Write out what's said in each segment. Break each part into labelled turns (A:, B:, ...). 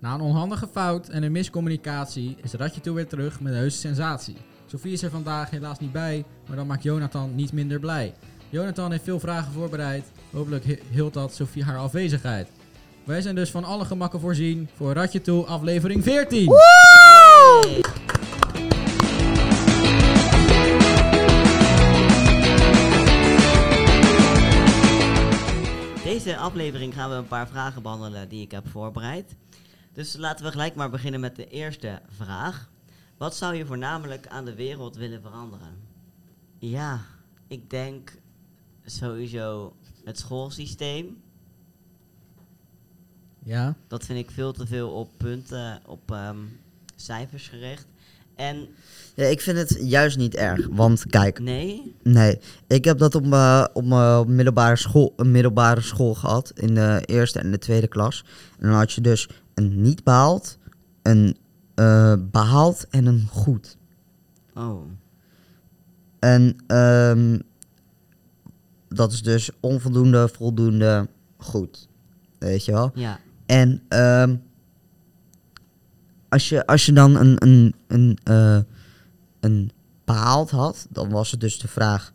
A: Na een onhandige fout en een miscommunicatie is Ratje toe weer terug met een heuse sensatie. Sofie is er vandaag helaas niet bij, maar dat maakt Jonathan niet minder blij. Jonathan heeft veel vragen voorbereid. Hopelijk hi- hield dat Sofie haar afwezigheid. Wij zijn dus van alle gemakken voorzien voor Ratje toe aflevering 14.
B: Deze aflevering gaan we een paar vragen behandelen die ik heb voorbereid. Dus laten we gelijk maar beginnen met de eerste vraag. Wat zou je voornamelijk aan de wereld willen veranderen? Ja, ik denk sowieso het schoolsysteem.
A: Ja,
B: Dat vind ik veel te veel op punten, op ehm, cijfers gericht. En
C: Ja, ik vind het juist niet erg. Want kijk,
B: nee,
C: nee. Ik heb dat op mijn op mijn middelbare, school, een middelbare school gehad. In de eerste en de tweede klas. En dan had je dus een niet behaald, een eh, behaald en een goed.
B: oh,
C: En ehm, dat is dus onvoldoende, voldoende, goed. Weet je wel?
B: ja,
C: En ehm, als, je, als je dan een, een, een, eh, een behaald had, dan was het dus de vraag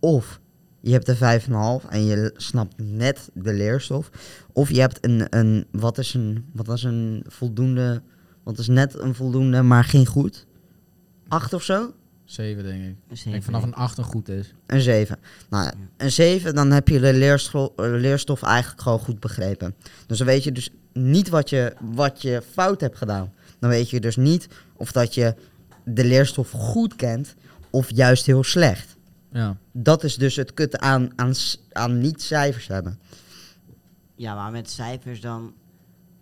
C: of je hebt een 5,5 en je snapt net de leerstof. Of je hebt een, een, wat, is een wat is een voldoende, wat is net een voldoende, maar geen goed. 8 of zo?
A: 7 denk ik.
B: een
A: Ik denk vanaf een 8 een goed is.
C: Een 7. Nou, een 7, dan heb je de leerstof, leerstof eigenlijk gewoon goed begrepen. Dus dan weet je dus niet wat je, wat je fout hebt gedaan. Dan weet je dus niet of dat je de leerstof goed kent of juist heel slecht.
A: Ja.
C: Dat is dus het kut aan, aan, s- aan niet cijfers hebben.
B: Ja, maar met cijfers dan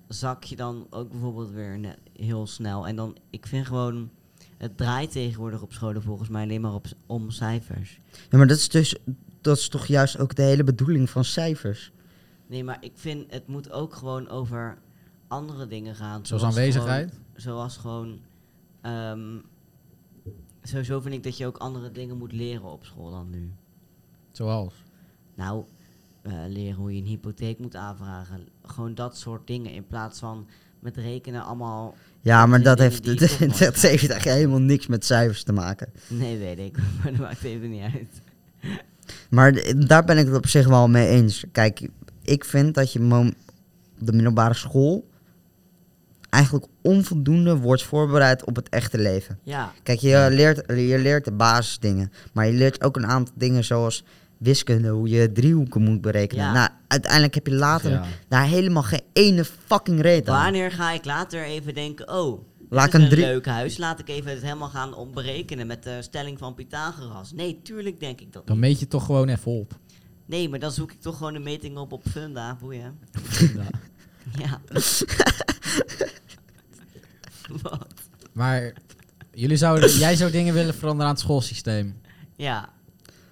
B: zak je dan ook bijvoorbeeld weer ne- heel snel. En dan, ik vind gewoon, het draait tegenwoordig op scholen volgens mij alleen maar op, s- om cijfers.
C: Ja, maar dat is, dus, dat is toch juist ook de hele bedoeling van cijfers.
B: Nee, maar ik vind, het moet ook gewoon over andere dingen gaan.
A: Zoals aanwezigheid.
B: gewoon- zoals gewoon, ehm, sowieso vind ik dat je ook andere dingen moet leren op school dan nu.
A: Zoals.
B: Nou, eh, leren hoe je een hypotheek moet aanvragen. Gewoon dat soort dingen in plaats van met rekenen allemaal...
C: Ja, maar
B: Die
C: dat
B: dingen
C: heeft,
B: die je toch nooit
C: dat heeft echt helemaal niks met cijfers te maken.
B: Nee, weet ik, maar dat maakt even niet uit.
C: Maar d- daar ben ik het op zich wel mee eens. Kijk, ik vind dat je mom- op de middelbare school eigenlijk onvoldoende wordt voorbereid op het echte leven.
B: Ja,
C: Kijk, je leert, je leert de basisdingen, maar je leert ook een aantal dingen zoals wiskunde, hoe je driehoeken moet berekenen.
B: Ja.
C: Nou, uiteindelijk heb je later
A: Ja.
C: daar helemaal geen ene fucking reet aan.
B: wanneer ga ik later even denken, oh,
C: Laat
B: laat
C: ik
B: is
C: een
B: een
C: drie-
B: leuk huis, laat ik even het helemaal gaan omberekenen met de stelling van Pythagoras. Nee, tuurlijk denk ik dat
A: Dan
B: niet.
A: meet je toch gewoon even op.
B: Nee, maar dan zoek ik toch gewoon een meting op op Funda, boeien.
A: Ja.
B: Ja. Wat?
A: Maar jullie zouden, jij zou dingen willen veranderen aan het schoolsysteem.
B: Ja,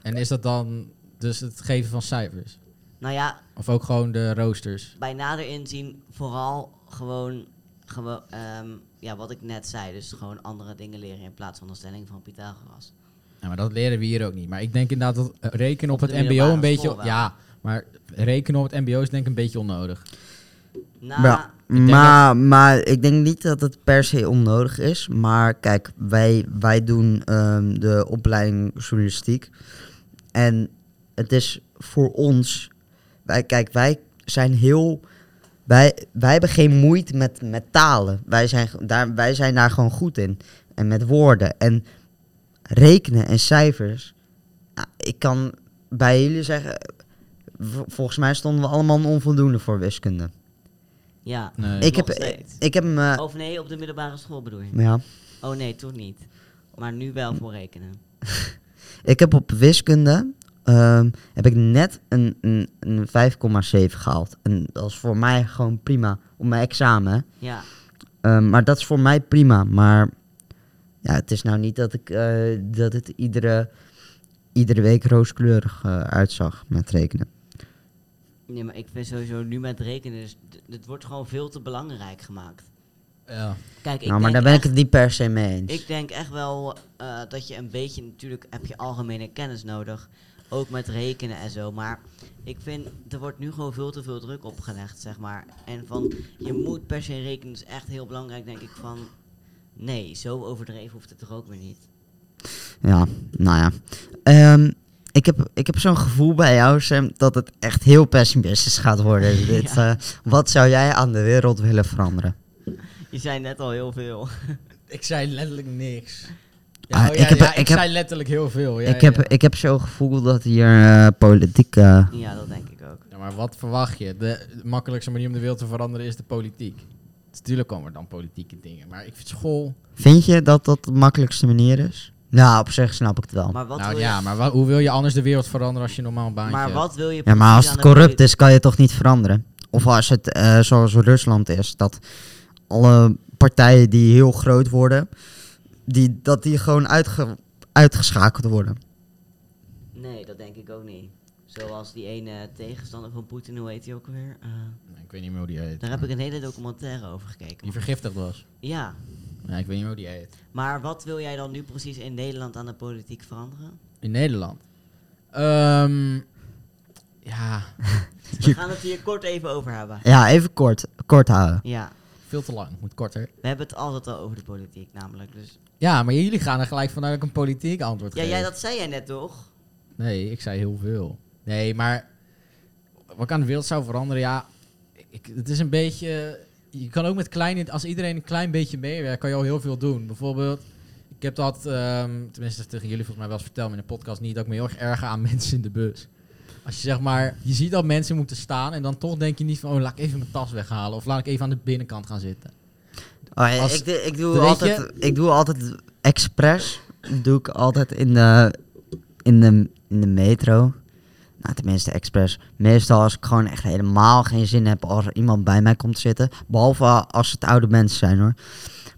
A: En is dat dan dus het geven van cijfers?
B: nou ja,
A: Of ook gewoon de roosters?
B: bij nader inzien vooral gewoon, gewoon ehm, ja, wat ik net zei. Dus gewoon andere dingen leren in plaats van de stelling van Pythagoras.
A: Ja, maar dat leren we hier ook niet. Maar ik denk inderdaad dat eh, rekenen op,
B: Op de
A: het mbo
B: middelbare
A: een beetje...
B: school wel.
A: Ja, maar rekenen op het mbo is denk ik een beetje onnodig.
B: Nou,
C: Ja,
A: denk
C: maar, maar ik denk niet dat het per se onnodig is. Maar kijk, wij, wij doen ehm, de opleiding journalistiek. En het is voor ons. Wij, kijk, wij zijn heel. Wij, wij hebben geen moeite met, met talen. Wij zijn, ge- daar, wij zijn daar gewoon goed in. En met woorden. En rekenen en cijfers. ja, ik kan bij jullie zeggen. v- Volgens mij stonden we allemaal een onvoldoende voor wiskunde.
B: ja.
A: Nee.
C: Ik
B: Nog
C: heb, ik,
B: steeds. Oh.
C: ik heb hem. eh,
B: Of nee, op de middelbare school bedoel je?
C: ja.
B: Oh nee, toen niet. Maar nu wel voor rekenen.
C: Ik heb op wiskunde. ehm, heb ik net een, een, een 5,7 gehaald. En dat is voor mij gewoon prima. Op mijn examen. hè.
B: Ja,
C: Ehm, maar dat is voor mij prima. Maar ja, het is nou niet dat, ik, eh, dat het iedere, iedere week rooskleurig eh, uitzag met rekenen.
B: nee, maar ik vind sowieso nu met rekenen, dus d- het wordt gewoon veel te belangrijk gemaakt.
A: Ja.
B: Kijk, ik,
C: nou, maar
B: denk
C: daar ben ik
B: echt,
C: het niet per se mee eens.
B: ik denk echt wel eh, dat je een beetje, natuurlijk heb je algemene kennis nodig Ook met rekenen en zo. Maar ik vind, er wordt nu gewoon veel te veel druk opgelegd, zeg maar. En van, je moet per se rekenen, is echt heel belangrijk, denk ik. Van, nee, zo overdreven hoeft het toch ook weer niet.
C: Ja, nou ja. Ehm, ik heb, ik heb zo'n gevoel bij jou, Sam, dat het echt heel pessimistisch gaat worden. Dit, eh, wat zou jij aan de wereld willen veranderen?
B: Je zei net al heel veel.
D: Ik zei letterlijk niks.
C: Ah,
D: Ja, oh,
C: ik
D: ja,
C: heb-
D: ja,
C: ik
D: ik,
C: heb-
D: zei letterlijk heel veel. Ja,
C: ik heb,
D: ja.
C: ik heb zo'n gevoel dat hier eh, politiek... eh,
B: Ja, dat denk ik ook.
D: Ja, maar wat verwacht je? De de makkelijkste manier om de wereld te veranderen is de politiek. Dus Natuurlijk komen er dan politieke dingen. Maar ik vind school...
C: vind je dat dat de makkelijkste manier is? Nou, op zich snap ik het wel.
B: Maar wat
D: nou
B: wil
D: ja,
B: je,
D: maar wa- hoe wil je anders de wereld veranderen als je een normaal baantje
B: maar
D: hebt?
B: wat wil je
C: Ja, maar
B: precies
C: als het
B: aan de
C: corrupt is, kan je het toch niet veranderen? Of als het eh, zoals Rusland is, dat alle partijen die heel groot worden, die, dat die gewoon uitge- uitgeschakeld worden.
B: politie- Nee, dat denk ik ook niet. Zoals die ene tegenstander van Poetin, hoe heet hij ook weer?
D: Nee, Ik weet niet meer hoe die heet.
B: daar heb ik een hele documentaire over gekeken.
D: Die vergiftigd was.
B: Ja,
D: Ja, ik weet niet meer hoe die heet.
B: maar wat wil jij dan nu precies in Nederland aan de politiek veranderen?
D: In Nederland. Ehm, ja,
B: We gaan het hier kort even over hebben.
C: Ja, even kort, kort houden.
B: Ja,
D: veel te lang. Moet korter.
B: we hebben het altijd al over de politiek namelijk. Dus.
D: Ja, maar jullie gaan er gelijk vanuit dat ik een politiek antwoord
B: Ja,
D: geef.
B: jij, dat zei jij net toch?
D: Nee, ik zei heel veel. Nee, maar wat ik aan de wereld zou veranderen, ja, ik, het is een beetje. Je kan ook met klein, als iedereen een klein beetje meewerkt, kan je al heel veel doen. Bijvoorbeeld, ik heb dat, ehm, tenminste tegen jullie volgens mij wel eens verteld maar in de podcast niet, dat ik me heel erg erger aan mensen in de bus. Als je zeg maar, je ziet dat mensen moeten staan en dan toch denk je niet van, oh laat ik even mijn tas weghalen of laat ik even aan de binnenkant gaan zitten.
C: Oh, ja,
D: Als-
C: ik, doe- ik, doe
D: weet
C: altijd, ik doe altijd expres. Doe ik altijd in de, in de, in de metro. Nou, tenminste, expres. Meestal als ik gewoon echt helemaal geen zin heb als er iemand bij mij komt zitten. Behalve als het oude mensen zijn hoor.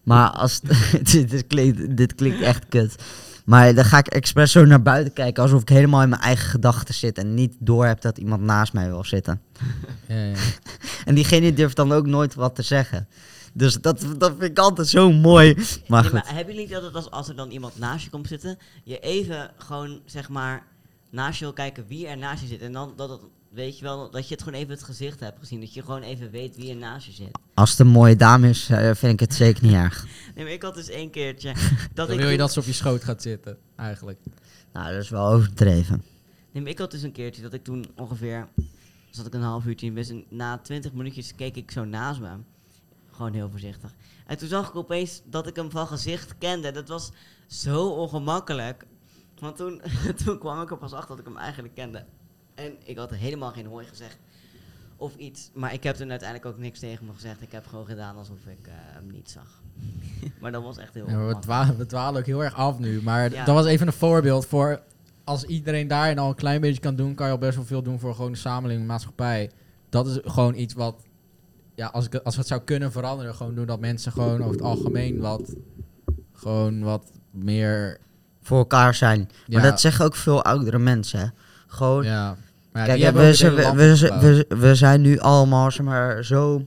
C: Maar als. het- dit, dit klinkt, dit klinkt echt kut. Maar dan ga ik expres zo naar buiten kijken alsof ik helemaal in mijn eigen gedachten zit. En niet door heb dat iemand naast mij wil zitten.
D: Ja, ja.
C: En diegene durft dan ook nooit wat te zeggen. Dus dat, dat vind ik altijd zo mooi. Maar
B: Nee,
C: goed.
B: maar hebben jullie niet altijd als, als er dan iemand naast je komt zitten, je even gewoon zeg maar naast je wil kijken wie er naast je zit. En dan dat het, weet je wel, dat je het gewoon even het gezicht hebt gezien. Dat je gewoon even weet wie er naast je zit.
C: Als het een mooie dame is, eh, vind ik het zeker niet erg.
B: Nee, maar ik had dus één keertje dat
D: Dan
B: ik.
D: wil je dat ze op je schoot gaat zitten, eigenlijk.
C: Nou, dat is wel overdreven.
B: Nee, maar ik had dus een keertje dat ik toen ongeveer zat ik een half uurtje in bus en na twintig minuutjes keek ik zo naast me. Gewoon heel voorzichtig. En toen zag ik opeens dat ik hem van gezicht kende. Dat was zo ongemakkelijk. Want toen, toen kwam ik er pas achter dat ik hem eigenlijk kende. En ik had helemaal geen hooi gezegd. Of iets. Maar ik heb toen uiteindelijk ook niks tegen me gezegd. Ik heb gewoon gedaan alsof ik eh, hem niet zag. maar dat was echt heel
D: Ja, maar we,
B: ongemakkelijk.
D: dwa- we dwalen ook heel erg af nu. Maar d-
B: Ja.
D: dat was even een voorbeeld voor... Als iedereen daarin al een klein beetje kan doen... kan je al best wel veel doen voor gewoon de samenleving, de maatschappij. Dat is gewoon iets wat... Ja, als, ik, als we het zou kunnen veranderen... gewoon doen dat mensen gewoon over het algemeen wat... gewoon wat meer...
C: Voor elkaar zijn. Maar
D: Ja.
C: dat zeggen ook veel oudere mensen. hè. Gewoon.
D: Ja, maar ja,
C: Kijk,
D: die
C: ja,
D: hebben
C: we,
D: ook het
C: zijn-
D: hele
C: we,
D: land
C: we, zijn-
D: opgebouwd.
C: we, we zijn nu allemaal zeg maar, zo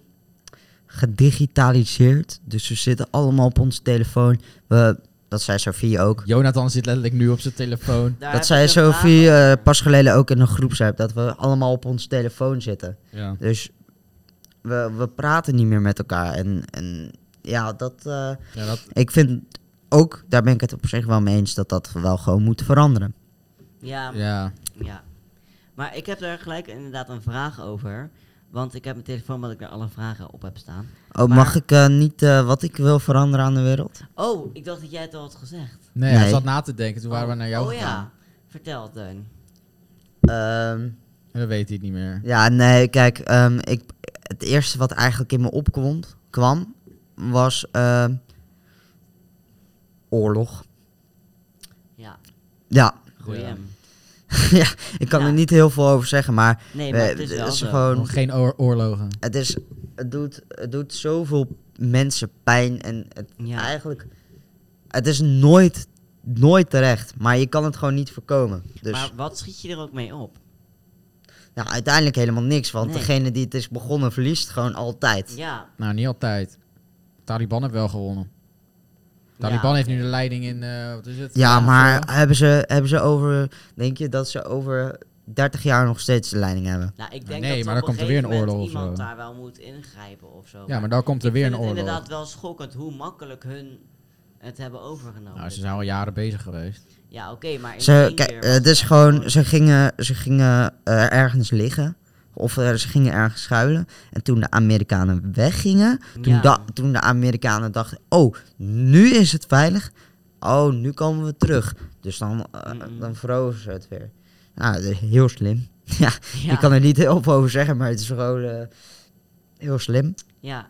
C: gedigitaliseerd. Dus we zitten allemaal op onze telefoon. We, dat zei Sophie ook.
D: Jonathan zit letterlijk nu op zijn telefoon.
B: Daar heb
C: dat zei
B: ik een vraag
C: Sophie eh,
B: over.
C: pas geleden ook in een groepsapp. Dat we allemaal op onze telefoon zitten.
D: Ja.
C: Dus we, we praten niet meer met elkaar. En, en ja, dat. eh,
D: Ja, dat,
C: ik vind ook, daar ben ik het op zich wel mee eens, dat dat wel gewoon moet veranderen.
B: Ja,
D: ja.
B: Ja. Maar ik heb daar gelijk inderdaad een vraag over. Want ik heb mijn telefoon dat ik daar alle vragen op heb staan.
C: Oh,
B: Maar-
C: mag ik eh, niet eh, wat ik wil veranderen aan de wereld?
B: Oh, ik dacht dat jij het al had gezegd.
D: Nee, hij
C: Nee.
D: zat na te denken. Toen waren we
B: Oh,
D: naar jou
B: Oh
D: gegaan.
B: ja, vertel Teun.
C: Ehm,
D: En dat weet hij het niet meer.
C: ja, nee, kijk, ehm, ik, het eerste wat eigenlijk in me opkwam, kwam, was ehm, oorlog.
B: Ja,
C: Ja,
B: goeie
D: Ja.
B: hem.
C: ja, ik kan
B: Ja.
C: er niet heel veel over zeggen, maar,
B: Nee, maar
C: eh,
B: het is wel zo.
C: gewoon
D: Geen oor- oorlogen.
C: het, is, het, doet, het doet zoveel mensen pijn. En het,
B: Ja.
C: eigenlijk, het is nooit, nooit terecht. Maar je kan het gewoon niet voorkomen. Dus
B: Maar wat schiet je er ook mee op?
C: nou, uiteindelijk helemaal niks. Want
B: Nee.
C: degene die het is begonnen, verliest gewoon altijd.
B: Ja,
D: Nou, niet altijd. Taliban heeft wel gewonnen.
A: Taliban
B: Ja,
A: heeft nu
B: oké.
A: de leiding in, eh, wat is het?
C: Ja, maar
A: Afghanistan.
C: hebben ze, hebben ze over. Denk je dat ze over 30 jaar nog steeds de leiding hebben?
B: Nou, ik
A: Nou,
B: denk
A: nee,
B: dat
A: maar
B: op
A: dan komt
B: een
A: er weer
B: gegeven
A: een
B: moment
A: oorlog of
B: iemand
A: zo.
B: daar wel moet ingrijpen of zo.
A: Ja, maar dan komt er weer
B: ik
A: een
B: vind het
A: oorlog.
B: inderdaad wel schokkend hoe makkelijk hun het hebben overgenomen.
A: Nou, ze zijn al jaren bezig geweest.
B: Ja, oké, maar in
C: Ze,
B: één
C: kijk,
B: keer
C: eh,
B: was
C: het is
B: echt
C: gewoon. Ze gingen, ze gingen eh, ergens liggen. Of eh, ze gingen ergens schuilen. En toen de Amerikanen weggingen. Toen,
B: Ja.
C: da- toen de Amerikanen dachten: oh, nu is het veilig. Oh, nu komen we terug. Dus dan, eh,
B: Mm-mm.
C: dan veroveren ze het weer. Nou, dat is heel slim. ja,
B: Ja,
C: ik kan er niet heel veel over zeggen, maar het is gewoon eh, heel slim.
B: ja,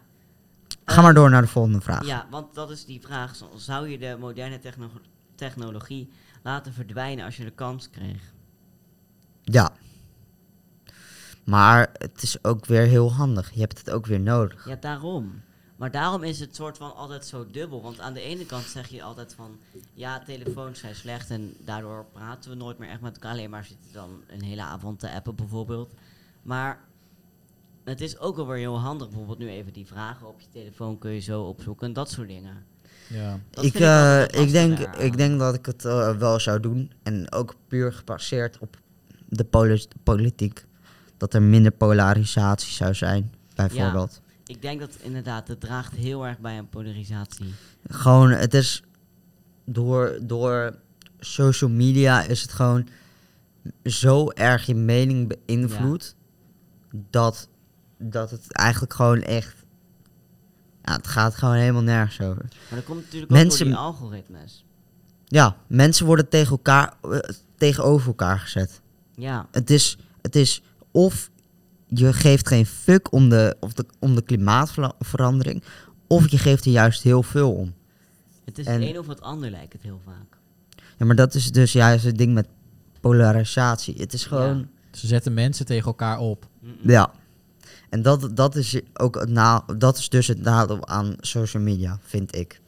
C: Ga maar door naar de volgende vraag.
B: Ehm, ja, want dat is die vraag. Zo- Zou je de moderne techno- technologie laten verdwijnen als je de kans kreeg?
C: Ja. Maar het is ook weer heel handig. Je hebt het ook weer nodig.
B: Ja, daarom. Maar daarom is het soort van altijd zo dubbel. Want aan de ene kant zeg je altijd van... Ja, telefoons zijn slecht en daardoor praten we nooit meer echt met elkaar. Alleen maar zitten dan een hele avond te appen bijvoorbeeld. Maar het is ook alweer heel handig. Bijvoorbeeld nu even die vragen op je telefoon kun je zo opzoeken. en Dat soort dingen.
A: Ja.
B: Dat
C: ik,
B: vind ik altijd het
C: eh, ik, denk,
B: lastige
C: ik denk dat ik het eh, wel zou doen. En ook puur gebaseerd op de polis- politiek. Dat er minder polarisatie zou zijn, bijvoorbeeld.
B: Ik denk dat inderdaad, het draagt heel erg bij aan polarisatie.
C: Gewoon, het is door, door social media is het gewoon zo erg je mening beïnvloed. Dat, dat het eigenlijk gewoon echt. Ja, het gaat gewoon helemaal nergens over.
B: Maar dat komt natuurlijk ook
C: Mensen-
B: door die algoritmes.
C: Ja, mensen worden tegen elkaar, eh, tegenover elkaar gezet.
B: Ja,
C: Het is, het is of je geeft geen fuck om de, of de, om de klimaatverandering, of je geeft er juist heel veel om.
B: het is
C: En-
B: het een of het ander lijkt het heel vaak.
C: Ja, maar dat is dus juist het ding met polarisatie. Het is gewoon,
A: Ze zetten mensen tegen elkaar op.
B: Mm-mm.
C: ja. En dat, dat is ook het na, dat is dus het nadeel aan social media, vind ik.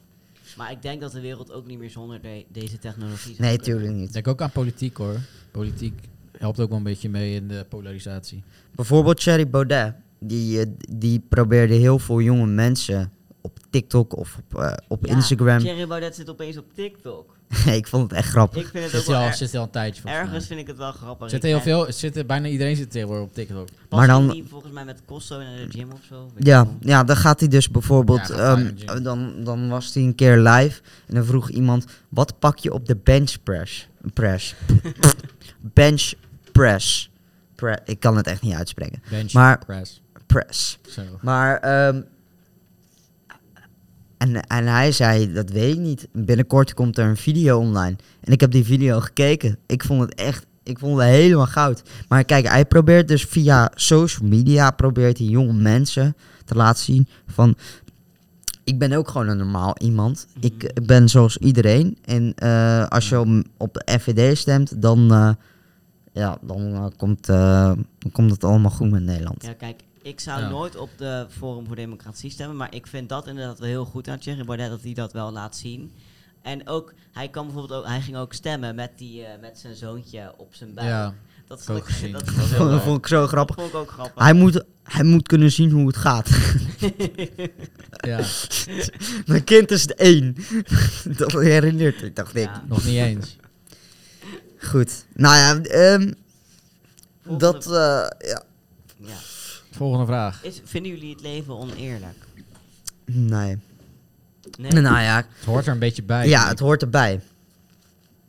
B: Maar ik denk dat de wereld ook niet meer zonder de- deze technologie zou
C: Nee,
B: kunnen.
C: tuurlijk niet.
A: Ik denk ook aan politiek hoor. Politiek helpt ook wel een beetje mee in de polarisatie.
C: Bijvoorbeeld Thierry Baudet. Die, eh, die probeerde heel veel jonge mensen op TikTok of op, eh, op
B: Ja,
C: Instagram.
B: Thierry Baudet zit opeens op TikTok.
C: ik vond het echt grappig.
B: Ik vind het ook
A: Zit hij
B: wel
A: al,
B: er-
A: zit hij al een tijdje volgens
B: Ergens
A: mij.
B: vind ik het wel grappig.
A: Zit
B: Ik
A: heel
B: ben-
A: veel, zit, bijna iedereen zit tegenwoordig op TikTok.
B: Pas
C: Maar dan-
B: hij niet volgens mij met Kosso naar de gym of zo. Weet ik
C: Ja,
B: veel.
C: ja, dan gaat hij dus bijvoorbeeld.
A: Ja, gaat hij
C: ehm,
A: naar de gym.
C: dan, dan was hij een keer live. En dan vroeg iemand: wat pak je op de bench press? press. bench press. Pre- ik kan het echt niet uitspreken.
A: Bench
C: Maar-
A: press.
C: Press.
A: Zo.
C: Maar. ehm, en, en hij zei, dat weet ik niet. Binnenkort komt er een video online. En ik heb die video gekeken. Ik vond het echt, ik vond het helemaal goud. Maar kijk, hij probeert dus via social media, probeert hij jonge mensen te laten zien van... Ik ben ook gewoon een normaal iemand. Ik eh, ben zoals iedereen. En eh, als je om- op de FVD stemt, dan, eh, ja, dan, eh, komt, eh, dan komt het allemaal goed met Nederland.
B: Ja, kijk, ik zou
A: Ja.
B: nooit op de Forum voor Democratie stemmen, maar ik vind dat inderdaad wel heel goed aan Thierry Baudet dat hij dat wel laat zien. En ook, hij kan bijvoorbeeld ook, hij ging ook stemmen met, die, eh, met zijn zoontje op zijn buik.
A: Ja,
B: dat
A: ook gezien.
B: dat vond ik wel
C: Dat
B: leuk.
C: vond ik zo
B: Dat
C: grappig.
B: vond ik ook grappig.
C: Hij moet, hij moet kunnen zien hoe het gaat.
A: ja,
C: Mijn kind is de één. dat herinnert ik, dacht ik.
B: Ja.
A: nog niet eens.
C: Goed. Nou ja, ehm,
B: Volgende-
C: dat... eh, ja.
B: Ja.
A: Volgende vraag.
B: Is, vinden jullie het leven oneerlijk?
C: Nee.
B: Nee.
C: Nou ja,
A: Het hoort er een beetje bij.
C: ja, het hoort erbij.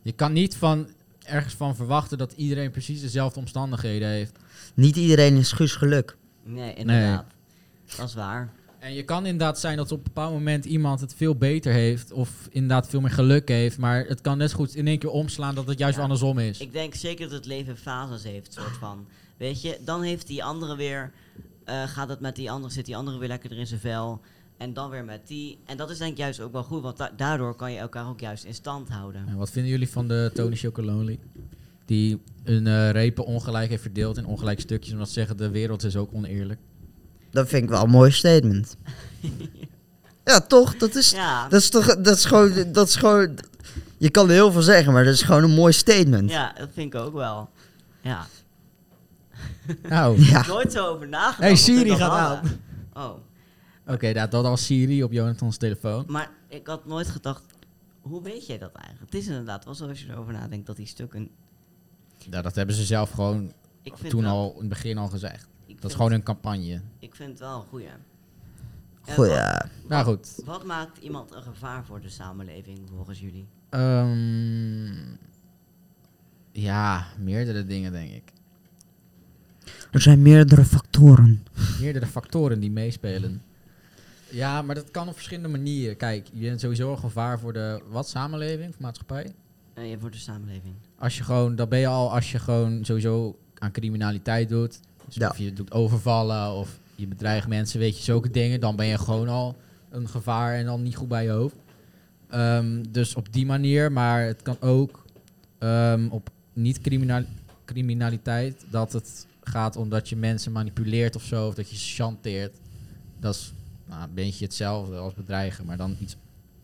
A: Je kan niet van ergens van verwachten dat iedereen precies dezelfde omstandigheden heeft.
C: Niet iedereen is Guus geluk.
B: Nee, inderdaad. Dat is waar.
A: En je kan inderdaad zijn dat op een bepaald moment iemand het veel beter heeft. Of inderdaad veel meer geluk heeft. Maar het kan net zo goed in één keer omslaan dat het juist
B: Ja.
A: weer andersom is.
B: Ik denk zeker dat het leven fases heeft, soort van. Weet je, dan heeft die andere weer, eh, gaat het met die andere, zit die andere weer lekkerder in zijn vel. En dan weer met die. En dat is denk ik juist ook wel goed, want da- daardoor kan je elkaar ook juist in stand houden.
A: En wat vinden jullie van de Tony Chocolonely? Die een eh, repen ongelijk heeft verdeeld in ongelijk stukjes. Omdat ze zeggen de wereld is ook oneerlijk.
C: Dat vind ik wel een mooi statement. ja, toch? Dat is,
B: Ja,
C: dat is toch... Dat is gewoon... Dat is gewoon je kan er heel veel zeggen, maar dat is gewoon een mooi statement.
B: ja, dat vind ik ook wel. Ja.
A: Nou, oké,
C: Ja.
B: Nooit zo over nagedacht.
A: Hey,
B: dat we
A: Siri
B: dat
A: gaat
B: hadden. Oh,
A: nou, dat was Siri op Jonathan's telefoon.
B: maar ik had nooit gedacht Hoe weet jij dat eigenlijk? Het is inderdaad wel zo als je erover nadenkt dat die stukken.
D: Ja, dat hebben ze zelf gewoon
B: Ik vind
D: toen
B: wel-
D: al in het begin al gezegd.
B: ik vind,
D: Dat is gewoon een campagne.
B: Ik vind het wel een goeie. Eh,
C: Goh,
B: wat-
C: ja.
D: Nou goed.
B: Wat maakt iemand een gevaar voor de samenleving volgens jullie?
D: Ehm, ja, meerdere dingen denk ik.
C: Er zijn meerdere factoren.
D: meerdere factoren die meespelen. Ja, maar dat kan op verschillende manieren. Kijk, je bent sowieso een gevaar voor de wat samenleving, voor maatschappij.
B: Eh, voor de samenleving.
D: Als je gewoon, dat ben je al als je gewoon sowieso aan criminaliteit doet. Dus
C: Ja.
D: Of je doet overvallen of je bedreigt mensen, weet je, zulke dingen. Dan ben je gewoon al een gevaar en dan niet goed bij je hoofd. Ehm, dus op die manier, maar het kan ook ehm, op niet-criminaliteit dat het gaat om dat je mensen manipuleert of zo, of dat je ze chanteert. Dat is nou, een beetje hetzelfde als bedreigen, maar dan iets,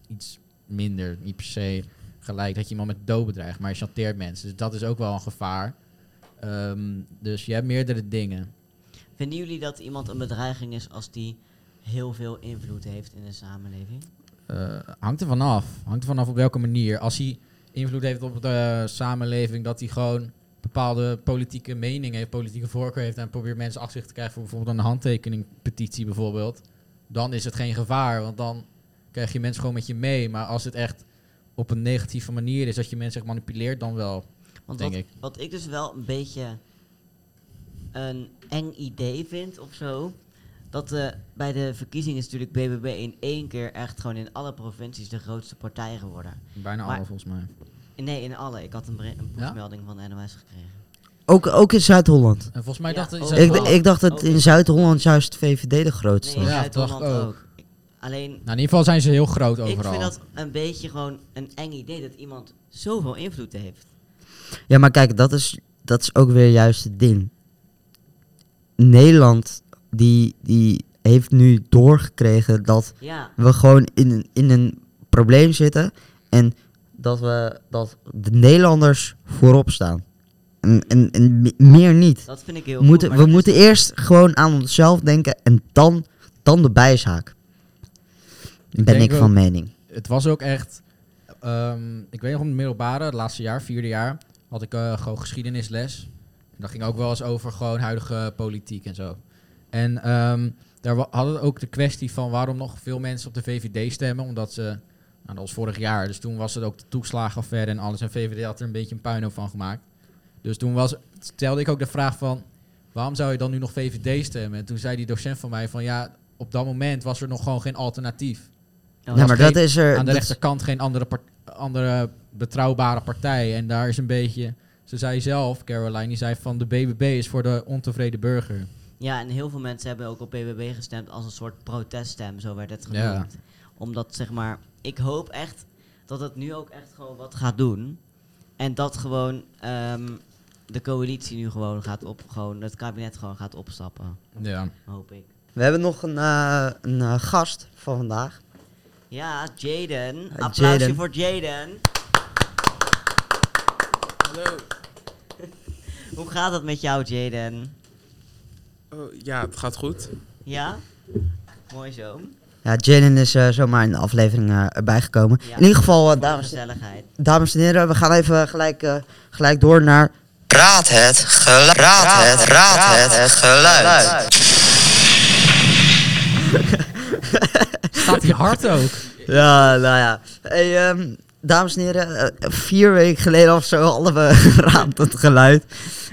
D: iets minder, niet per se gelijk dat je iemand met dood bedreigt, maar je chanteert mensen. Dus dat is ook wel een gevaar. Ehm, dus je hebt meerdere dingen.
B: Vinden jullie dat iemand een bedreiging is als die heel veel invloed heeft in de samenleving?
D: Eh, hangt er vanaf. Hangt er vanaf op welke manier. Als hij invloed heeft op de samenleving, dat hij gewoon bepaalde politieke meningen heeft, politieke voorkeur heeft en probeert mensen achter zich te krijgen voor bijvoorbeeld een handtekeningpetitie bijvoorbeeld, dan is het geen gevaar, want dan krijg je mensen gewoon met je mee. Maar als het echt op een negatieve manier is, dat je mensen echt manipuleert, dan wel.
B: Want
D: Denk
B: wat,
D: ik.
B: wat ik dus wel een beetje een eng idee vind of zo. Dat eh, bij de verkiezingen is natuurlijk BBB in één keer echt gewoon in alle provincies de grootste partij geworden.
D: Bijna
B: Maar-
D: alle volgens mij.
B: Nee, in alle. Ik had een, bre- een pushmelding van NOS gekregen.
C: Ook, ook in Zuid-Holland.
D: En volgens mij
B: Ja,
D: dacht
B: ook-
D: is dat
C: Ik,
D: wel-
C: ik dacht dat in Zuid-Holland juist VVD de
B: Nee,
C: grootste
B: in
C: was.
D: Ja,
B: Zuid-Holland
D: dacht ik
B: ook.
D: ook.
B: Ik- Alleen,
D: Nou, in ieder geval zijn ze heel groot overal.
B: ik vind dat een beetje gewoon een eng idee dat iemand zoveel invloed heeft.
C: Ja, maar kijk, dat is, dat is ook weer juist het ding. Nederland, die, die heeft nu doorgekregen dat
B: Ja,
C: we gewoon in, een- in een probleem zitten. En dat, we, dat de Nederlanders voorop staan. En, en, en me- meer niet.
B: dat vind ik heel
C: We moeten,
B: goed.
C: we
B: maar dat
C: moeten eerst gewoon aan onszelf denken en dan, dan de bijzaak. Ben
D: denk
C: ik
D: ook-
C: van mening.
D: het was ook echt. ehm, ik weet nog op het middelbare, het laatste jaar, vierde jaar, had ik eh, gewoon geschiedenisles. En dat ging ook wel eens over gewoon huidige politiek en zo. En ehm, daar wa- hadden we ook de kwestie van waarom nog veel mensen op de VVD stemmen. Omdat ze, nou, dat was vorig jaar, dus toen was het ook de toeslagenaffaire en alles. En VVD had er een beetje een puinhoop van gemaakt. Dus toen was, stelde ik ook de vraag van, waarom zou je dan nu nog VVD stemmen? En toen zei die docent van mij van, ja, op dat moment was er nog gewoon geen alternatief
B: is-
C: ja,
D: dat
C: maar
D: geen-
C: dat is er.
D: aan de
C: dat is-
D: rechterkant geen andere, part- andere betrouwbare partij. En daar is een beetje. Ze zei zelf, Caroline, die zei van de BBB is voor de ontevreden burger.
B: Ja, en heel veel mensen hebben ook op BBB gestemd als een soort proteststem, zo werd het genoemd.
D: Ja.
B: Omdat zeg maar, ik hoop echt dat het nu ook echt gewoon wat gaat doen. En dat gewoon ehm, de coalitie nu gewoon gaat op, gewoon het kabinet gewoon gaat opstappen,
D: Ja.
B: hoop ik.
C: We hebben nog een, eh, een eh, gast van vandaag.
B: Ja, Jaden.
C: Eh,
B: Applausje
C: Jaden.
B: voor Jaden.
E: Hallo.
B: Hoe gaat het met jou, Jaden?
E: Oh, ja, het gaat goed.
B: Ja? Mooi zo.
C: Ja, Jaden is eh, zomaar in de aflevering eh, erbij gekomen.
B: Ja.
C: In ieder geval, eh,
B: Voor de
C: dames,
B: gezelligheid.
C: dames en heren, we gaan even gelijk, eh, gelijk door naar.
F: Raad het geluid. Raad het, raad het geluid.
D: Staat hij hard ook?
C: Ja, nou ja. Hey, ehm, dames en heren, eh, vier weken geleden of zo hadden we raad het geluid.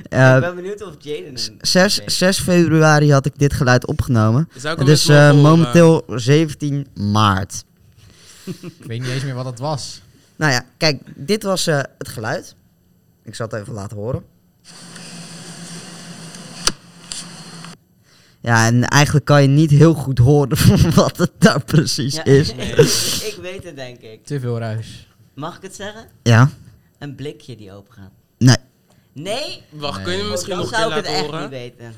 C: Eh,
B: ik ben benieuwd of Jaden... een-
C: 6,
B: weet.
C: 6 februari had ik dit geluid opgenomen.
E: Zou
C: Het
E: ik hem
C: is
E: eens
C: eh,
E: mogen horen?
C: momenteel 17 maart.
D: Ik weet niet eens meer wat het was.
C: Nou ja, kijk, dit was eh, het geluid. Ik zal het even laten horen. Ja, en eigenlijk kan je niet heel goed horen wat het daar precies
B: Ja,
C: is.
B: ik weet het, denk ik.
D: Te veel ruis.
B: Mag ik het zeggen?
C: Ja,
B: Een blikje die open gaat.
C: nee.
B: Nee,
E: Wacht,
D: Nee.
E: kun je me
D: Oh,
E: misschien
B: dan
E: nog een keer
B: zou ik het
E: laten
B: echt niet
E: horen?
B: weten.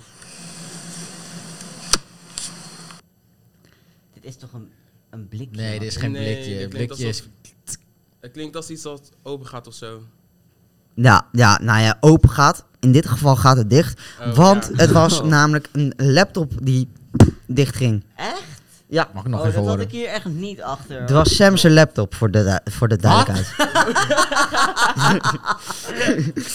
B: Dit is toch een, een blikje?
D: Nee, dit is geen
E: Nee,
D: blikje.
E: dit klinkt
D: blikje is.
E: Het klinkt als iets dat open gaat of zo.
C: Ja, ja, nou ja, open gaat. In dit geval gaat het dicht.
E: Oh,
C: want
E: ja.
C: het was namelijk een laptop die dicht ging.
B: Echt?
C: Ja.
D: Mag ik nog
B: oh,
D: even
B: dat had
D: horen?
B: ik hier echt niet achter.
C: Het was Sam zijn laptop voor de, du- voor de duidelijkheid.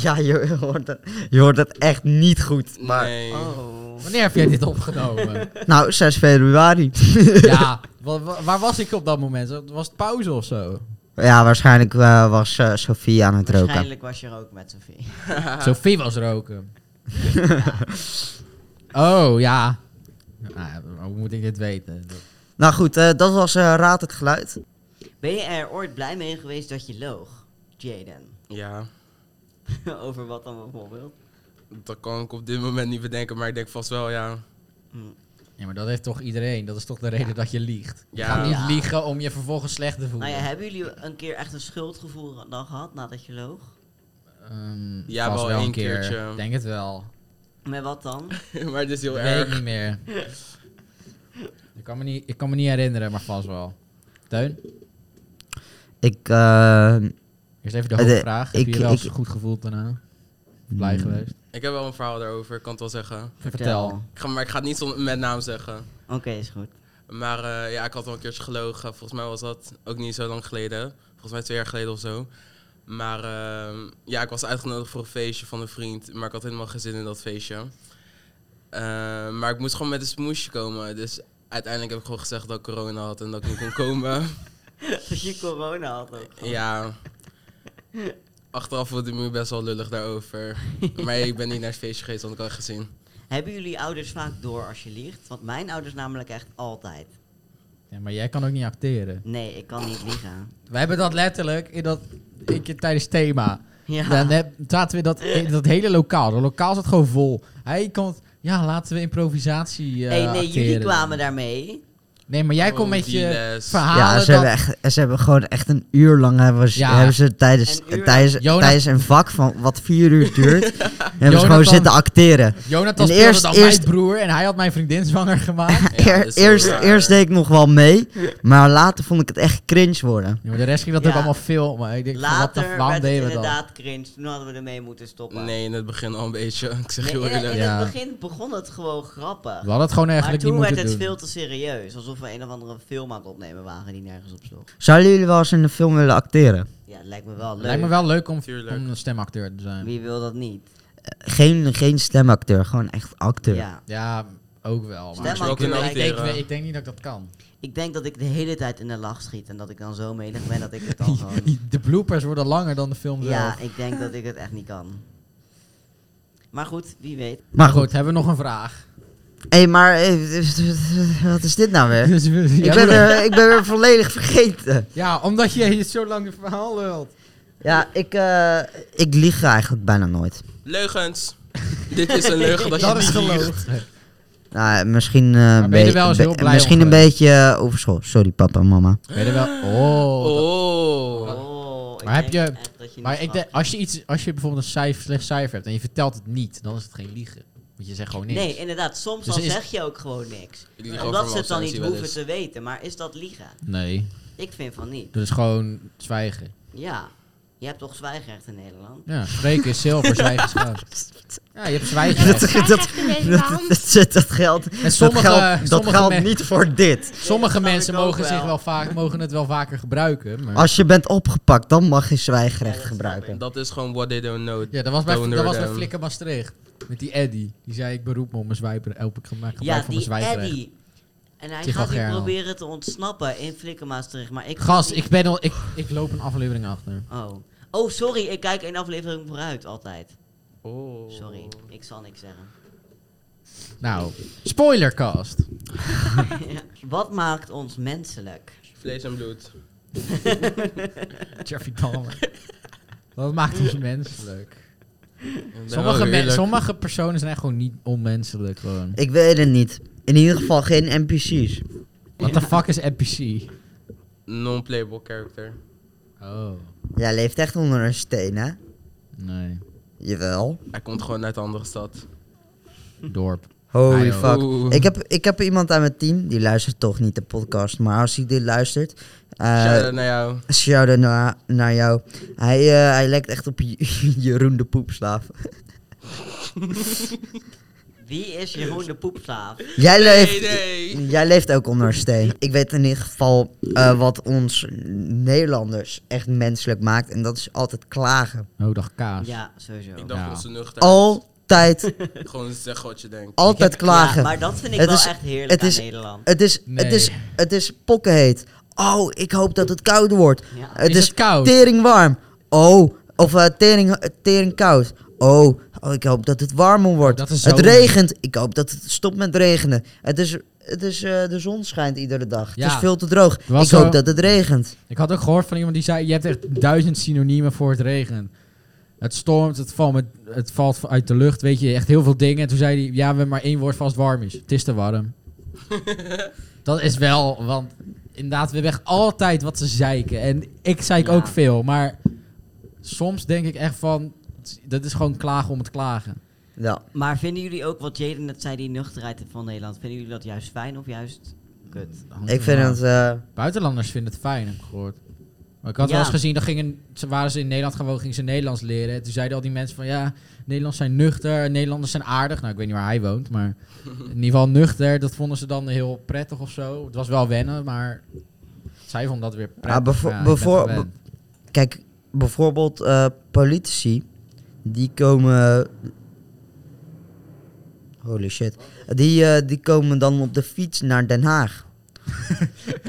C: ja, je hoort, dat, je hoort dat echt niet goed. Maar,
E: Nee.
B: Oh.
D: Wanneer heb jij dit opgenomen?
C: Nou, 6 februari.
D: ja, wa- wa- waar was ik op dat moment? Was het pauze of zo?
C: ja, waarschijnlijk eh, was eh, Sophie aan het roken.
B: Waarschijnlijk was je er ook met Sophie.
D: Sophie was roken. oh, ja. Nou, hoe moet ik dit weten?
C: Nou goed, eh, dat was eh, Raad het Geluid.
B: Ben je er ooit blij mee geweest dat je loog, Jaden?
E: Ja,
B: Over wat dan bijvoorbeeld?
E: dat kan ik op dit moment niet bedenken, maar ik denk vast wel, ja.
D: Ja, maar dat heeft toch iedereen? Dat is toch de reden dat je liegt? Je
E: Ja.
D: gaat niet
B: Ja.
D: liegen om je vervolgens slecht te voelen.
B: Nou ja, hebben jullie een keer echt een schuldgevoel dan gehad nadat je loog?
D: Ehm,
E: Ja,
D: vast
E: wel
D: een
E: één
D: keer.
E: keertje.
D: Denk het wel.
B: Met wat dan?
E: maar het is heel
D: Weet ik
E: erg.
D: niet meer. ik, kan me niet, ik kan me niet herinneren, maar vast wel. Teun,
C: Ik, eh,
D: eerst even de
C: Eh, de-
D: hoofdvraag. Heb
C: ik-
D: je je wel eens
C: ik-
D: goed gevoeld daarna? Blij
C: Mm.
D: geweest?
E: Ik heb wel een verhaal daarover, ik kan het wel zeggen.
D: Vertel.
E: Ik ga, maar ik ga het niet zonder- met naam zeggen.
B: Oké, is goed.
E: Maar eh, ja, ik had al een keertje gelogen. Volgens mij was dat ook niet zo lang geleden. Volgens mij twee jaar geleden of zo. Maar ehm, ja, ik was uitgenodigd voor een feestje van een vriend. Maar ik had helemaal geen zin in dat feestje. Eh, maar ik moest gewoon met een smoesje komen. Dus uiteindelijk heb ik gewoon gezegd dat ik corona had en dat ik niet kon komen.
B: Dat je corona had ook.
E: Ja. Achteraf voelde ik me best wel lullig daarover. Maar ik ben niet naar het feestje geweest, want ik had het gezien.
B: Hebben jullie ouders vaak door als je liegt? Want mijn ouders namelijk echt altijd.
D: Ja, maar jij kan ook niet acteren.
B: Nee, ik kan niet liegen.
D: We hebben dat letterlijk in dat, in, tijdens thema.
B: Ja.
D: Dan heb, zaten we dat, in dat hele lokaal. Dat lokaal zat gewoon vol. Hij komt, ja, laten we improvisatie eh,
B: hey, nee, jullie
D: acteren.
B: kwamen daarmee.
D: Nee, maar jij
E: Oh,
D: komt met
E: die
D: je
E: les.
D: verhalen.
C: ja, ze,
D: dat-
C: hebben echt, ze hebben gewoon echt een uur lang hebben ze,
D: Ja.
C: hebben ze tijdens,
B: Een uur
C: tijdens,
D: Jonas-
C: tijdens een vak van wat vier uur duurt, hebben ze gewoon
D: Jonathan-
C: zitten acteren.
D: Jonathan
C: En
D: speelde
C: eerst-
D: dan
C: eerst-
D: mijn broer en hij had mijn vriendin zwanger gemaakt.
E: Ja,
C: Eer-
E: dat is wel
C: eerst,
E: raar.
C: eerst deed ik nog wel mee, maar later vond ik het echt cringe worden.
D: Ja, maar de rest ging dat
B: Ja.
D: ook allemaal filmen. Ik denk, van, wat de
B: Later
D: waarom
B: werd het
D: deden we dat?
B: inderdaad cringe. Toen hadden we ermee moeten stoppen.
E: Nee, in het begin al een beetje. Ik zeg
B: Nee, eh,
E: heel
B: in,
D: eh,
B: in
E: eerlijk.
B: het
D: Ja.
B: begin begon het gewoon grappig.
D: We hadden het gewoon
B: maar
D: eigenlijk niet
B: toen werd
D: moeten
B: het
D: doen.
B: veel te serieus. Alsof we een of andere film aan het opnemen waren die nergens op sloeg.
C: Zouden jullie wel eens in een film willen acteren?
B: Ja, het lijkt me wel leuk.
D: Lijkt me wel leuk om,
E: Tuurlijk.
D: om een stemacteur te zijn.
B: Wie wil dat niet?
C: Geen, geen stemacteur, gewoon echt acteur.
B: Ja.
D: Ja, ook wel. Maar
B: Stem
E: je wel
B: aan
E: kunnen
B: het
D: ik, denk,
E: acteren.
D: ik denk niet dat ik dat kan.
B: Ik denk dat ik de hele tijd in de lach schiet en dat ik dan zo menig ben dat ik het dan gewoon...
D: De bloopers worden langer dan de film
B: Ja,
D: zelf.
B: ik denk dat ik het echt niet kan. Maar goed, wie weet.
C: Maar
D: Maar
C: goed,
D: goed, hebben we nog een vraag?
C: hé, maar eh, wat is dit nou weer?
D: Dus we-
C: Ik
D: ja,
C: ben,
D: doe-
C: er, ik ben weer volledig vergeten.
D: Ja, omdat je zo lang het verhaal lult.
C: Ja, ik, eh, ik lieg eigenlijk bijna nooit.
E: Leugens! Dit is een leugen dat, je niet liegt.
C: Nou, misschien eh,
D: ben je er wel eens
C: be-
D: heel blij om
C: misschien een
D: geweest?
C: beetje eh, over school. Sorry, papa en mama.
D: Weet je wel? Oh. dat-
E: Oh.
B: Oh, ik
D: Maar heb
B: denk
D: je-
B: echt dat je niet
D: Maar ik denk,
B: snapt.
D: als je, iets, als je bijvoorbeeld een cijfer, slecht cijfer hebt en je vertelt het niet, dan is het geen liegen. Want je zegt gewoon niks.
B: Nee, inderdaad. Soms
D: Dus
B: dan
D: is-
B: zeg je ook gewoon niks.
E: Ik lieg over
B: Omdat
E: mijn
B: ze het dan
E: absentie
B: niet
E: wel
B: hoeven
E: eens.
B: te weten. Maar is dat liegen?
D: Nee,
B: Ik vind van niet.
D: dat is gewoon zwijgen.
B: Ja. Je hebt toch zwijgrecht in Nederland?
D: Ja, spreken is zilver, zwijgen is goud. Ja, je hebt zwijgen.
C: Dat, dat, dat, dat, dat, dat geldt,
D: En sommige-
C: dat geldt, dat
D: sommige
C: geldt
D: men-
C: niet voor dit.
D: Sommige
B: snap
D: mensen
B: ik ook
D: mogen, zich
B: wel.
D: wel vaak, mogen het wel vaker gebruiken. Maar...
C: Als je bent opgepakt, dan mag je zwijgrecht
B: Ja, dat snap
C: gebruiken.
E: Dat is gewoon what they don't know.
D: Ja, dat was bij,
E: Donor
D: dat was bij
E: them.
D: Flikker Maastricht. Met die Eddy. Die zei, ik beroep me om mijn zwijper. Help ik gebruik
B: Ja,
D: van mijn
B: die
D: zwijper.
B: Eddy. En hij
D: Tycho
B: gaat hier
D: Gerland.
B: proberen te ontsnappen in Flikkermaastricht. Maar ik...
D: Gast, ik, ben al, ik, ik loop een aflevering achter.
B: Oh. Oh, sorry. Ik kijk één aflevering vooruit altijd.
E: Oh.
B: Sorry. Ik zal niks zeggen.
D: Nou, spoilercast.
B: Wat maakt ons menselijk?
E: Vlees en bloed.
D: Jeffrey Dahmer. Dat maakt ons menselijk.
E: Ik ben
D: Sommige,
E: wel
D: men-
E: eerlijk.
D: sommige personen zijn echt gewoon niet onmenselijk. Gewoon.
C: Ik weet het niet. In ieder geval geen NPC's.
D: What the fuck is NPC?
E: Non-playable character.
D: Oh,
C: Jij leeft echt onder een steen, hè?
D: nee.
C: Jawel.
E: Hij komt gewoon uit een andere stad.
D: Dorp.
C: Holy
D: Ah, joh.
C: fuck.
E: Oeh.
C: Ik heb, ik heb iemand aan mijn team, die luistert toch niet de podcast, maar als hij dit luistert... eh
E: Shout-out naar jou.
C: shout-out naar, naar jou. Hij, eh, hij lijkt echt op J- Jeroen de Poepslaaf.
B: Wie is Jeroen de Poepslaaf?
C: Jij leeft,
E: nee.
C: jij leeft ook onder een steen. Ik weet in ieder geval eh, wat ons Nederlanders echt menselijk maakt. En dat is altijd klagen.
D: Oh, dag kaas.
B: Ja, sowieso.
E: Ik dacht
D: Ja. Oh.
E: onze nuchterheid.
C: Altijd,
E: Gewoon zeggen wat je denkt.
C: altijd klagen.
B: Ja, maar dat vind ik
C: Het
B: wel
C: is-
B: echt heerlijk
C: het
B: aan
C: is-
B: Nederland.
C: Het is,
D: Nee.
C: het is, het is pokkenheet. Oh, ik hoop dat het koud wordt.
B: Ja.
C: Het
D: Is
C: is,
D: het koud?
C: tering warm. Oh, of eh, tering, eh, tering koud. Oh, oh, ik hoop dat het warmer wordt.
D: Dat is
C: het
D: zomer.
C: regent. Ik hoop dat het stopt met regenen. Het is, het is, eh, de zon schijnt iedere dag.
D: Ja.
C: Het is veel te droog. Ik
D: was
C: hoop
D: zo-
C: dat het regent.
D: Ik had ook gehoord van iemand die zei: Je hebt echt duizend synoniemen voor het regenen. Het stormt, het valt, met, het valt uit de lucht, weet je, echt heel veel dingen. En toen zei hij: Ja, we hebben maar één woord vast warm is. Het is te warm. dat is wel, want inderdaad, we hebben echt altijd wat ze zeiken. En ik zeik
B: Ja.
D: ook veel, maar soms denk ik echt van: Dat is gewoon klagen om het klagen.
C: Ja.
B: Maar vinden jullie ook wat Jaden net zei, die nuchterheid van Nederland, vinden jullie dat juist fijn of juist kut?
D: Hangt
C: Ik vind
D: ervan
C: het... eh,
D: Buitenlanders vinden het fijn, heb ik gehoord. Maar ik had
B: Ja.
D: wel eens gezien, dan gingen, ze waren ze in Nederland gewoon, gingen ze Nederlands leren. En toen zeiden al die mensen van, ja, Nederlands zijn nuchter, Nederlanders zijn aardig. Nou, ik weet niet waar hij woont, maar in ieder geval nuchter, dat vonden ze dan heel prettig of zo. Het was wel wennen, maar zij vonden dat weer prettig.
C: Ja, bevo-
D: ik ben
C: bevoor-
D: gewend.
C: Kijk, bijvoorbeeld eh, politici, die komen. Holy shit. Die, eh, die komen dan op de fiets naar Den Haag.
D: Ik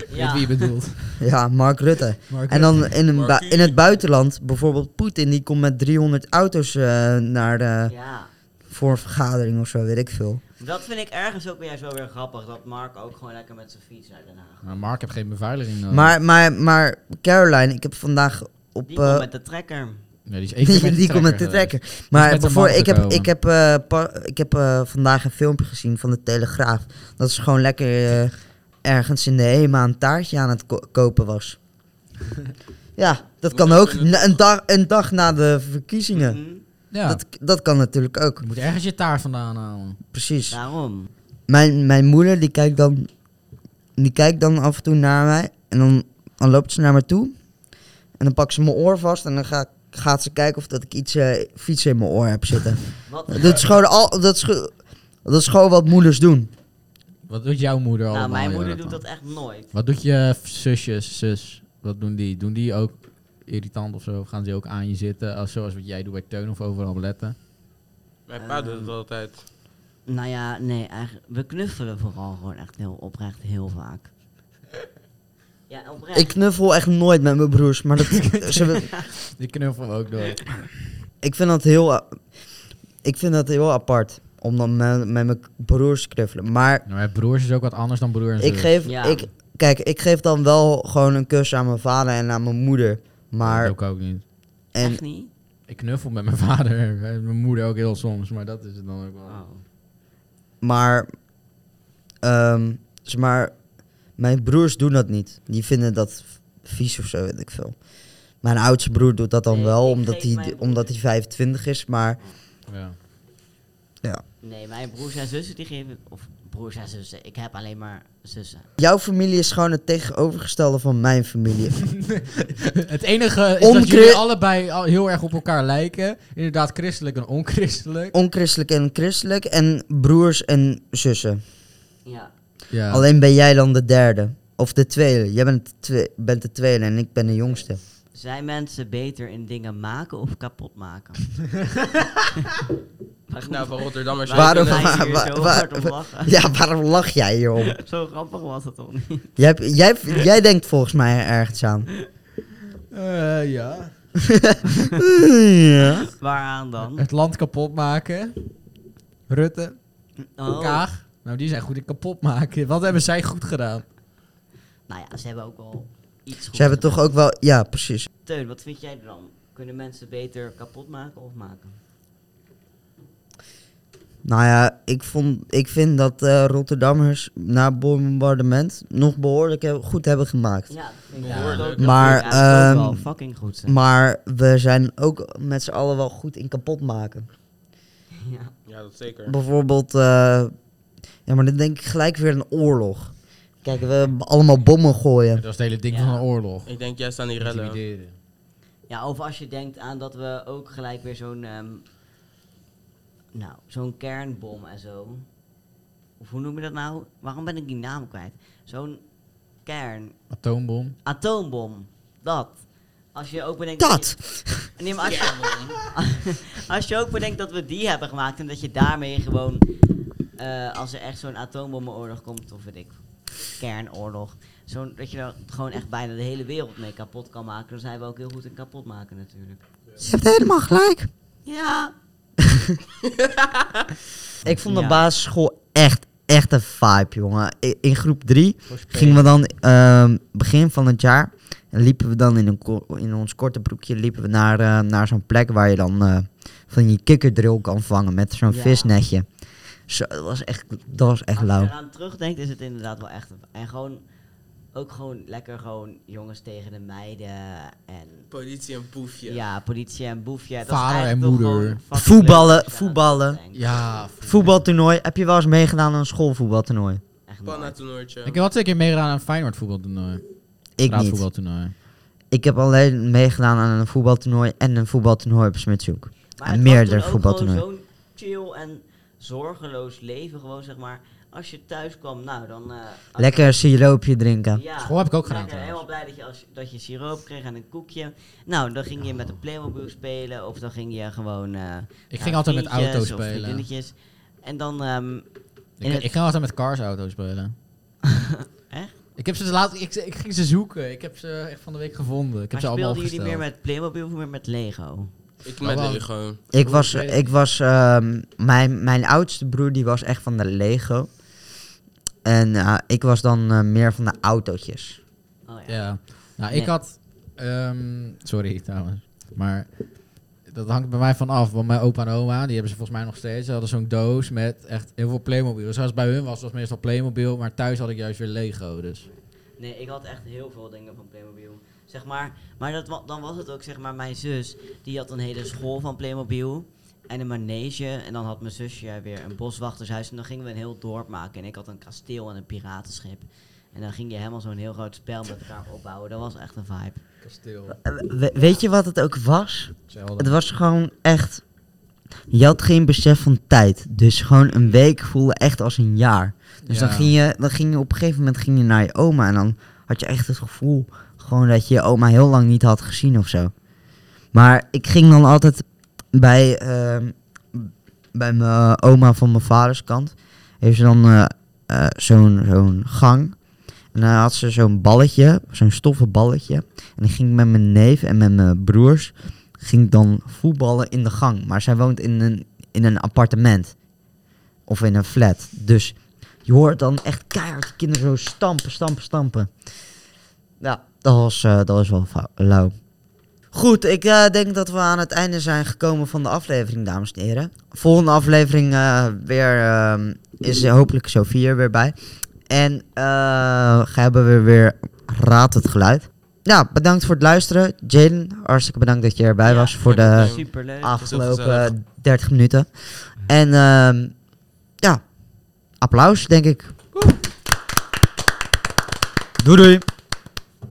D: weet wie je bedoelt.
C: Ja, Mark Rutte.
D: Maar
C: En dan in, een bui-
E: Markie.
C: in het buitenland, bijvoorbeeld Poetin, die komt met 300 auto's eh, naar de,
B: Ja.
C: voor een vergadering of zo, weet ik veel.
B: Dat vind ik ergens ook weer juist wel weer grappig, dat Mark ook gewoon lekker met zijn fiets naar Den Haag.
D: Maar Mark heeft geen beveiliging
B: Oh.
D: nodig.
C: Maar, maar, maar Caroline, ik heb vandaag op.
B: Die
C: eh,
B: komt met de trekker.
D: Nee, die is één keer
C: Die, die komt met de
D: geweest.
C: trekker. Maar
D: met de
C: voor,
D: man
C: ik heb,
D: gekomen.
C: ik heb, eh, pa- ik heb eh, vandaag een filmpje gezien van de Telegraaf. Dat ze gewoon lekker eh, ergens in de HEMA een taartje aan het ko- kopen was. ja, dat kan ook. Na- een, dag, een dag na de verkiezingen.
B: Mhm.
D: Ja,
C: Dat, dat kan natuurlijk ook.
D: je moet ergens je taart vandaan halen.
C: Precies.
B: Daarom.
C: Mijn, mijn moeder die kijkt, dan, die kijkt dan af en toe naar mij. En dan, dan loopt ze naar me toe. En dan pakt ze mijn oor vast. En dan ga, gaat ze kijken of dat ik iets eh, fietsen in mijn oor heb zitten.
B: Wat?
C: Dat is gewoon, al, dat is, ge- dat is gewoon wat moeders doen.
D: Wat doet jouw moeder allemaal?
B: Nou, mijn moeder
D: joh,
B: doet
D: man?
B: dat echt nooit.
D: Wat doet je zusjes, zus? Wat doen die? Doen die ook irritant of zo? Of gaan die ook aan je zitten? Als, zoals wat jij doet bij Teun of overal letten?
E: Mijn pa doet het altijd.
B: Nou ja, nee, eigenlijk, we knuffelen vooral gewoon echt heel oprecht heel vaak. Ja, oprecht.
C: Ik knuffel echt nooit met mijn broers. Maar dat, ze-
D: Die knuffel ook door.
C: ik, vind dat heel, eh, ik vind dat heel apart. Om dan met, met mijn broers te knuffelen. Maar
D: Nou, mijn broers is ook wat anders dan broer en zus.
C: ik geef,
B: Ja.
C: ik, kijk, ik geef dan wel gewoon een kus aan mijn vader en aan mijn moeder. Maar,
D: Dat ook, ook niet.
C: en,
B: Echt niet?
D: Ik knuffel met mijn vader en mijn moeder ook heel soms. Maar dat is het dan ook wel.
B: Oh.
C: maar, ehm, zeg maar, mijn broers doen dat niet. Die vinden dat vies of zo, weet ik veel. Mijn oudste broer doet dat dan
B: Nee,
C: wel,
B: ik
C: omdat
B: geef
C: hij,
B: mijn
C: omdat hij 25 is. Maar
D: Ja.
B: Nee, mijn broers en zussen die geven... Of broers en zussen, ik heb alleen maar zussen.
C: Jouw familie is gewoon het tegenovergestelde van mijn familie.
D: Het enige is dat
C: Onchrist-
D: jullie allebei al heel erg op elkaar lijken. Inderdaad, christelijk en onchristelijk.
C: Onchristelijk en christelijk en broers en zussen.
B: Ja.
D: Ja.
C: Alleen ben jij dan de derde. Of de tweede. Jij bent de, twe- bent de tweede en ik ben de jongste.
B: Zijn mensen beter in dingen maken of kapot maken? Maar goed,
E: Nou, van Rotterdam is
C: Waarom-
B: wij kunnen hier
C: waar-
B: zo
C: waar-
B: hard om lachen.
C: Ja, waarom lach jij hierom?
B: Zo grappig was het toch niet?
C: Jij, hebt- jij, hebt- jij denkt volgens mij ergens aan.
D: Eh, ja.
C: Ja.
B: Waaraan dan?
D: Het land kapot maken. Rutte.
B: Oh.
D: Kaag. Nou, die zijn goed in kapot maken. Wat hebben zij goed gedaan?
B: Nou ja, ze hebben ook wel iets goed
C: Ze hebben toch ook wel... Ja, precies.
B: Teun, wat vind jij er dan? Kunnen mensen beter kapot maken of maken?
C: Nou ja, ik, vond, ik vind dat eh, Rotterdammers na bombardement nog behoorlijk heb- goed hebben gemaakt.
B: Ja, dat vind ik
E: Ja.
B: ook
E: Behoorlijk.
B: wel-
C: Maar,
B: ja, dat is ook
C: ehm,
B: wel fucking goed zijn.
C: Maar we zijn ook met z'n allen wel goed in kapot maken.
B: ja.
E: Ja, dat zeker.
C: Bijvoorbeeld, eh, ja, maar dan denk ik gelijk weer een oorlog. Kijk, we hebben allemaal bommen gooien.
D: Dat is het hele ding
B: Ja.
D: van een oorlog.
E: Ik denk juist aan die rellen.
D: Intimideren.
B: ja, of als je denkt aan dat we ook gelijk weer zo'n ehm, nou, zo'n kernbom en zo. Of hoe noem je dat nou? Waarom ben ik die naam kwijt? Zo'n kern,
D: Atoombom.
B: atoombom, dat. Als je ook bedenkt
C: Dat!
B: je- nee, maar als, je, als je ook bedenkt dat we die hebben gemaakt en dat je daarmee gewoon, eh, als er echt zo'n atoombomenoorlog komt, of weet ik, kernoorlog, zo'n dat je daar gewoon echt bijna de hele wereld mee kapot kan maken, dan zijn we ook heel goed in kapot maken natuurlijk.
C: Je hebt helemaal gelijk.
B: Ja,
C: Ik vond de
B: Ja.
C: basisschool echt, echt een vibe, jongen. I- In groep 3 gingen we dan, ehm, begin van het jaar, en liepen we dan in, een ko- in ons korte broekje liepen we naar, eh, naar zo'n plek waar je dan eh, van je kikkerdril kan vangen met zo'n
B: Ja.
C: visnetje. Zo, dat was echt, dat was echt
B: Als je
C: lauw.
B: eraan terugdenkt, is het inderdaad wel echt. En gewoon ook gewoon lekker gewoon jongens tegen de meiden. En
E: Politie en
B: ja,
E: poefje.
B: politie en boefje. Dat is
D: Vader en
B: eigenlijk toch
D: moeder.
B: gewoon fucking
C: Voetballen,
B: leuk als je eraan
C: voetballen.
B: terugdenkt.
D: Ja.
C: Voetbaltoernooi, heb je wel eens meegedaan aan een schoolvoetbaltoernooi?
B: Echt
E: Panna
B: nooit.
E: toernooitje.
D: Ik heb wel twee keer meegedaan aan een Feyenoord voetbaltoernooi.
C: Ik niet.
D: Straatvoetbaltoernooi.
C: Ik heb alleen meegedaan aan een voetbaltoernooi en een voetbaltoernooi op Smitshoek.
B: Maar
C: En
B: het
C: meerdere
B: was toen ook gewoon
C: voetbaltoernooien.
B: zo'n chill en zorgeloos leven. Gewoon zeg maar. Als je thuis kwam, nou dan. eh, had-
C: Lekker siroopje drinken.
B: Ja,
D: School heb ik ook gedaan
B: Ik ben
D: trouwens.
B: helemaal blij dat je, als, dat je siroop kreeg en een koekje. Nou, dan ging je met de Playmobil spelen of dan ging je gewoon...
D: Ik
B: eh, naar
D: ging altijd met
B: vriendjes
D: auto
B: of
D: spelen.
B: vriendinnetjes. En dan... ehm,
D: Ik,
B: In het-
D: ik ging altijd met cars auto's spelen.
B: Echt?
D: Ik, heb ze de laatste, ik, ik ging ze zoeken. Ik heb ze echt van de week gevonden. Ik heb
B: maar
D: ze allemaal
B: speelden jullie
D: opgesteld.
B: meer met Playmobil of meer met Lego?
E: Ik
D: Oh,
E: met
D: wow.
E: Lego.
C: Ik was,
D: weet ik
C: ik was ehm, mijn, mijn oudste broer die was echt van de Lego. En eh, ik was dan eh, meer van de autootjes.
B: Oh ja.
D: Ja. Nou, ik
B: Nee.
D: had... ehm, sorry trouwens. Maar dat hangt bij mij van af. Want mijn opa en oma, die hebben ze volgens mij nog steeds. Ze hadden zo'n doos met echt heel veel Playmobil. Zoals bij hun was, was meestal Playmobil. Maar thuis had ik juist weer Lego. Dus
B: Nee, ik had echt heel veel dingen van Playmobil. Zeg maar, maar dat, wa- dan was het ook zeg maar mijn zus, die had een hele school van Playmobil en een manege. En dan had mijn zusje weer een boswachtershuis en dan gingen we een heel dorp maken. En ik had een kasteel en een piratenschip. En dan ging je helemaal zo'n heel groot spel met elkaar opbouwen. Dat was echt een vibe.
D: kasteel.
C: Eh, we- weet je wat het ook was? Het
D: Zelden.
C: was gewoon echt. Je had geen besef van tijd. Dus gewoon een week voelde echt als een jaar. Dus dan,
D: Ja.
C: ging je, dan ging je op een gegeven moment ging je naar je oma. En dan had je echt het gevoel gewoon dat je je oma heel lang niet had gezien of zo. Maar ik ging dan altijd bij, ehm, bij mijn oma van mijn vaders kant. Heeft ze dan eh, eh, zo'n zo'n gang. En dan had ze zo'n balletje, zo'n stoffen balletje. En ik ging met mijn neef en met mijn broers ging dan voetballen in de gang. Maar zij woont in een, in een appartement. Of in een flat. Dus je hoort dan echt keihard die kinderen zo stampen, stampen, stampen. Ja, dat was, eh, dat was wel fou- lauw. Goed, ik eh, denk dat we aan het einde zijn gekomen van de aflevering, dames en heren. Volgende aflevering eh, weer, ehm, is hopelijk Sofie er weer bij. En eh hebben we weer Raad het Geluid. Ja, bedankt voor het luisteren. Jaden, hartstikke bedankt dat je erbij
B: Ja,
C: was voor
E: geen
C: de
E: probleem.
B: Superleuk.
E: gezellig.
C: afgelopen 30 minuten. En ehm, ja, applaus denk ik. Doei doei.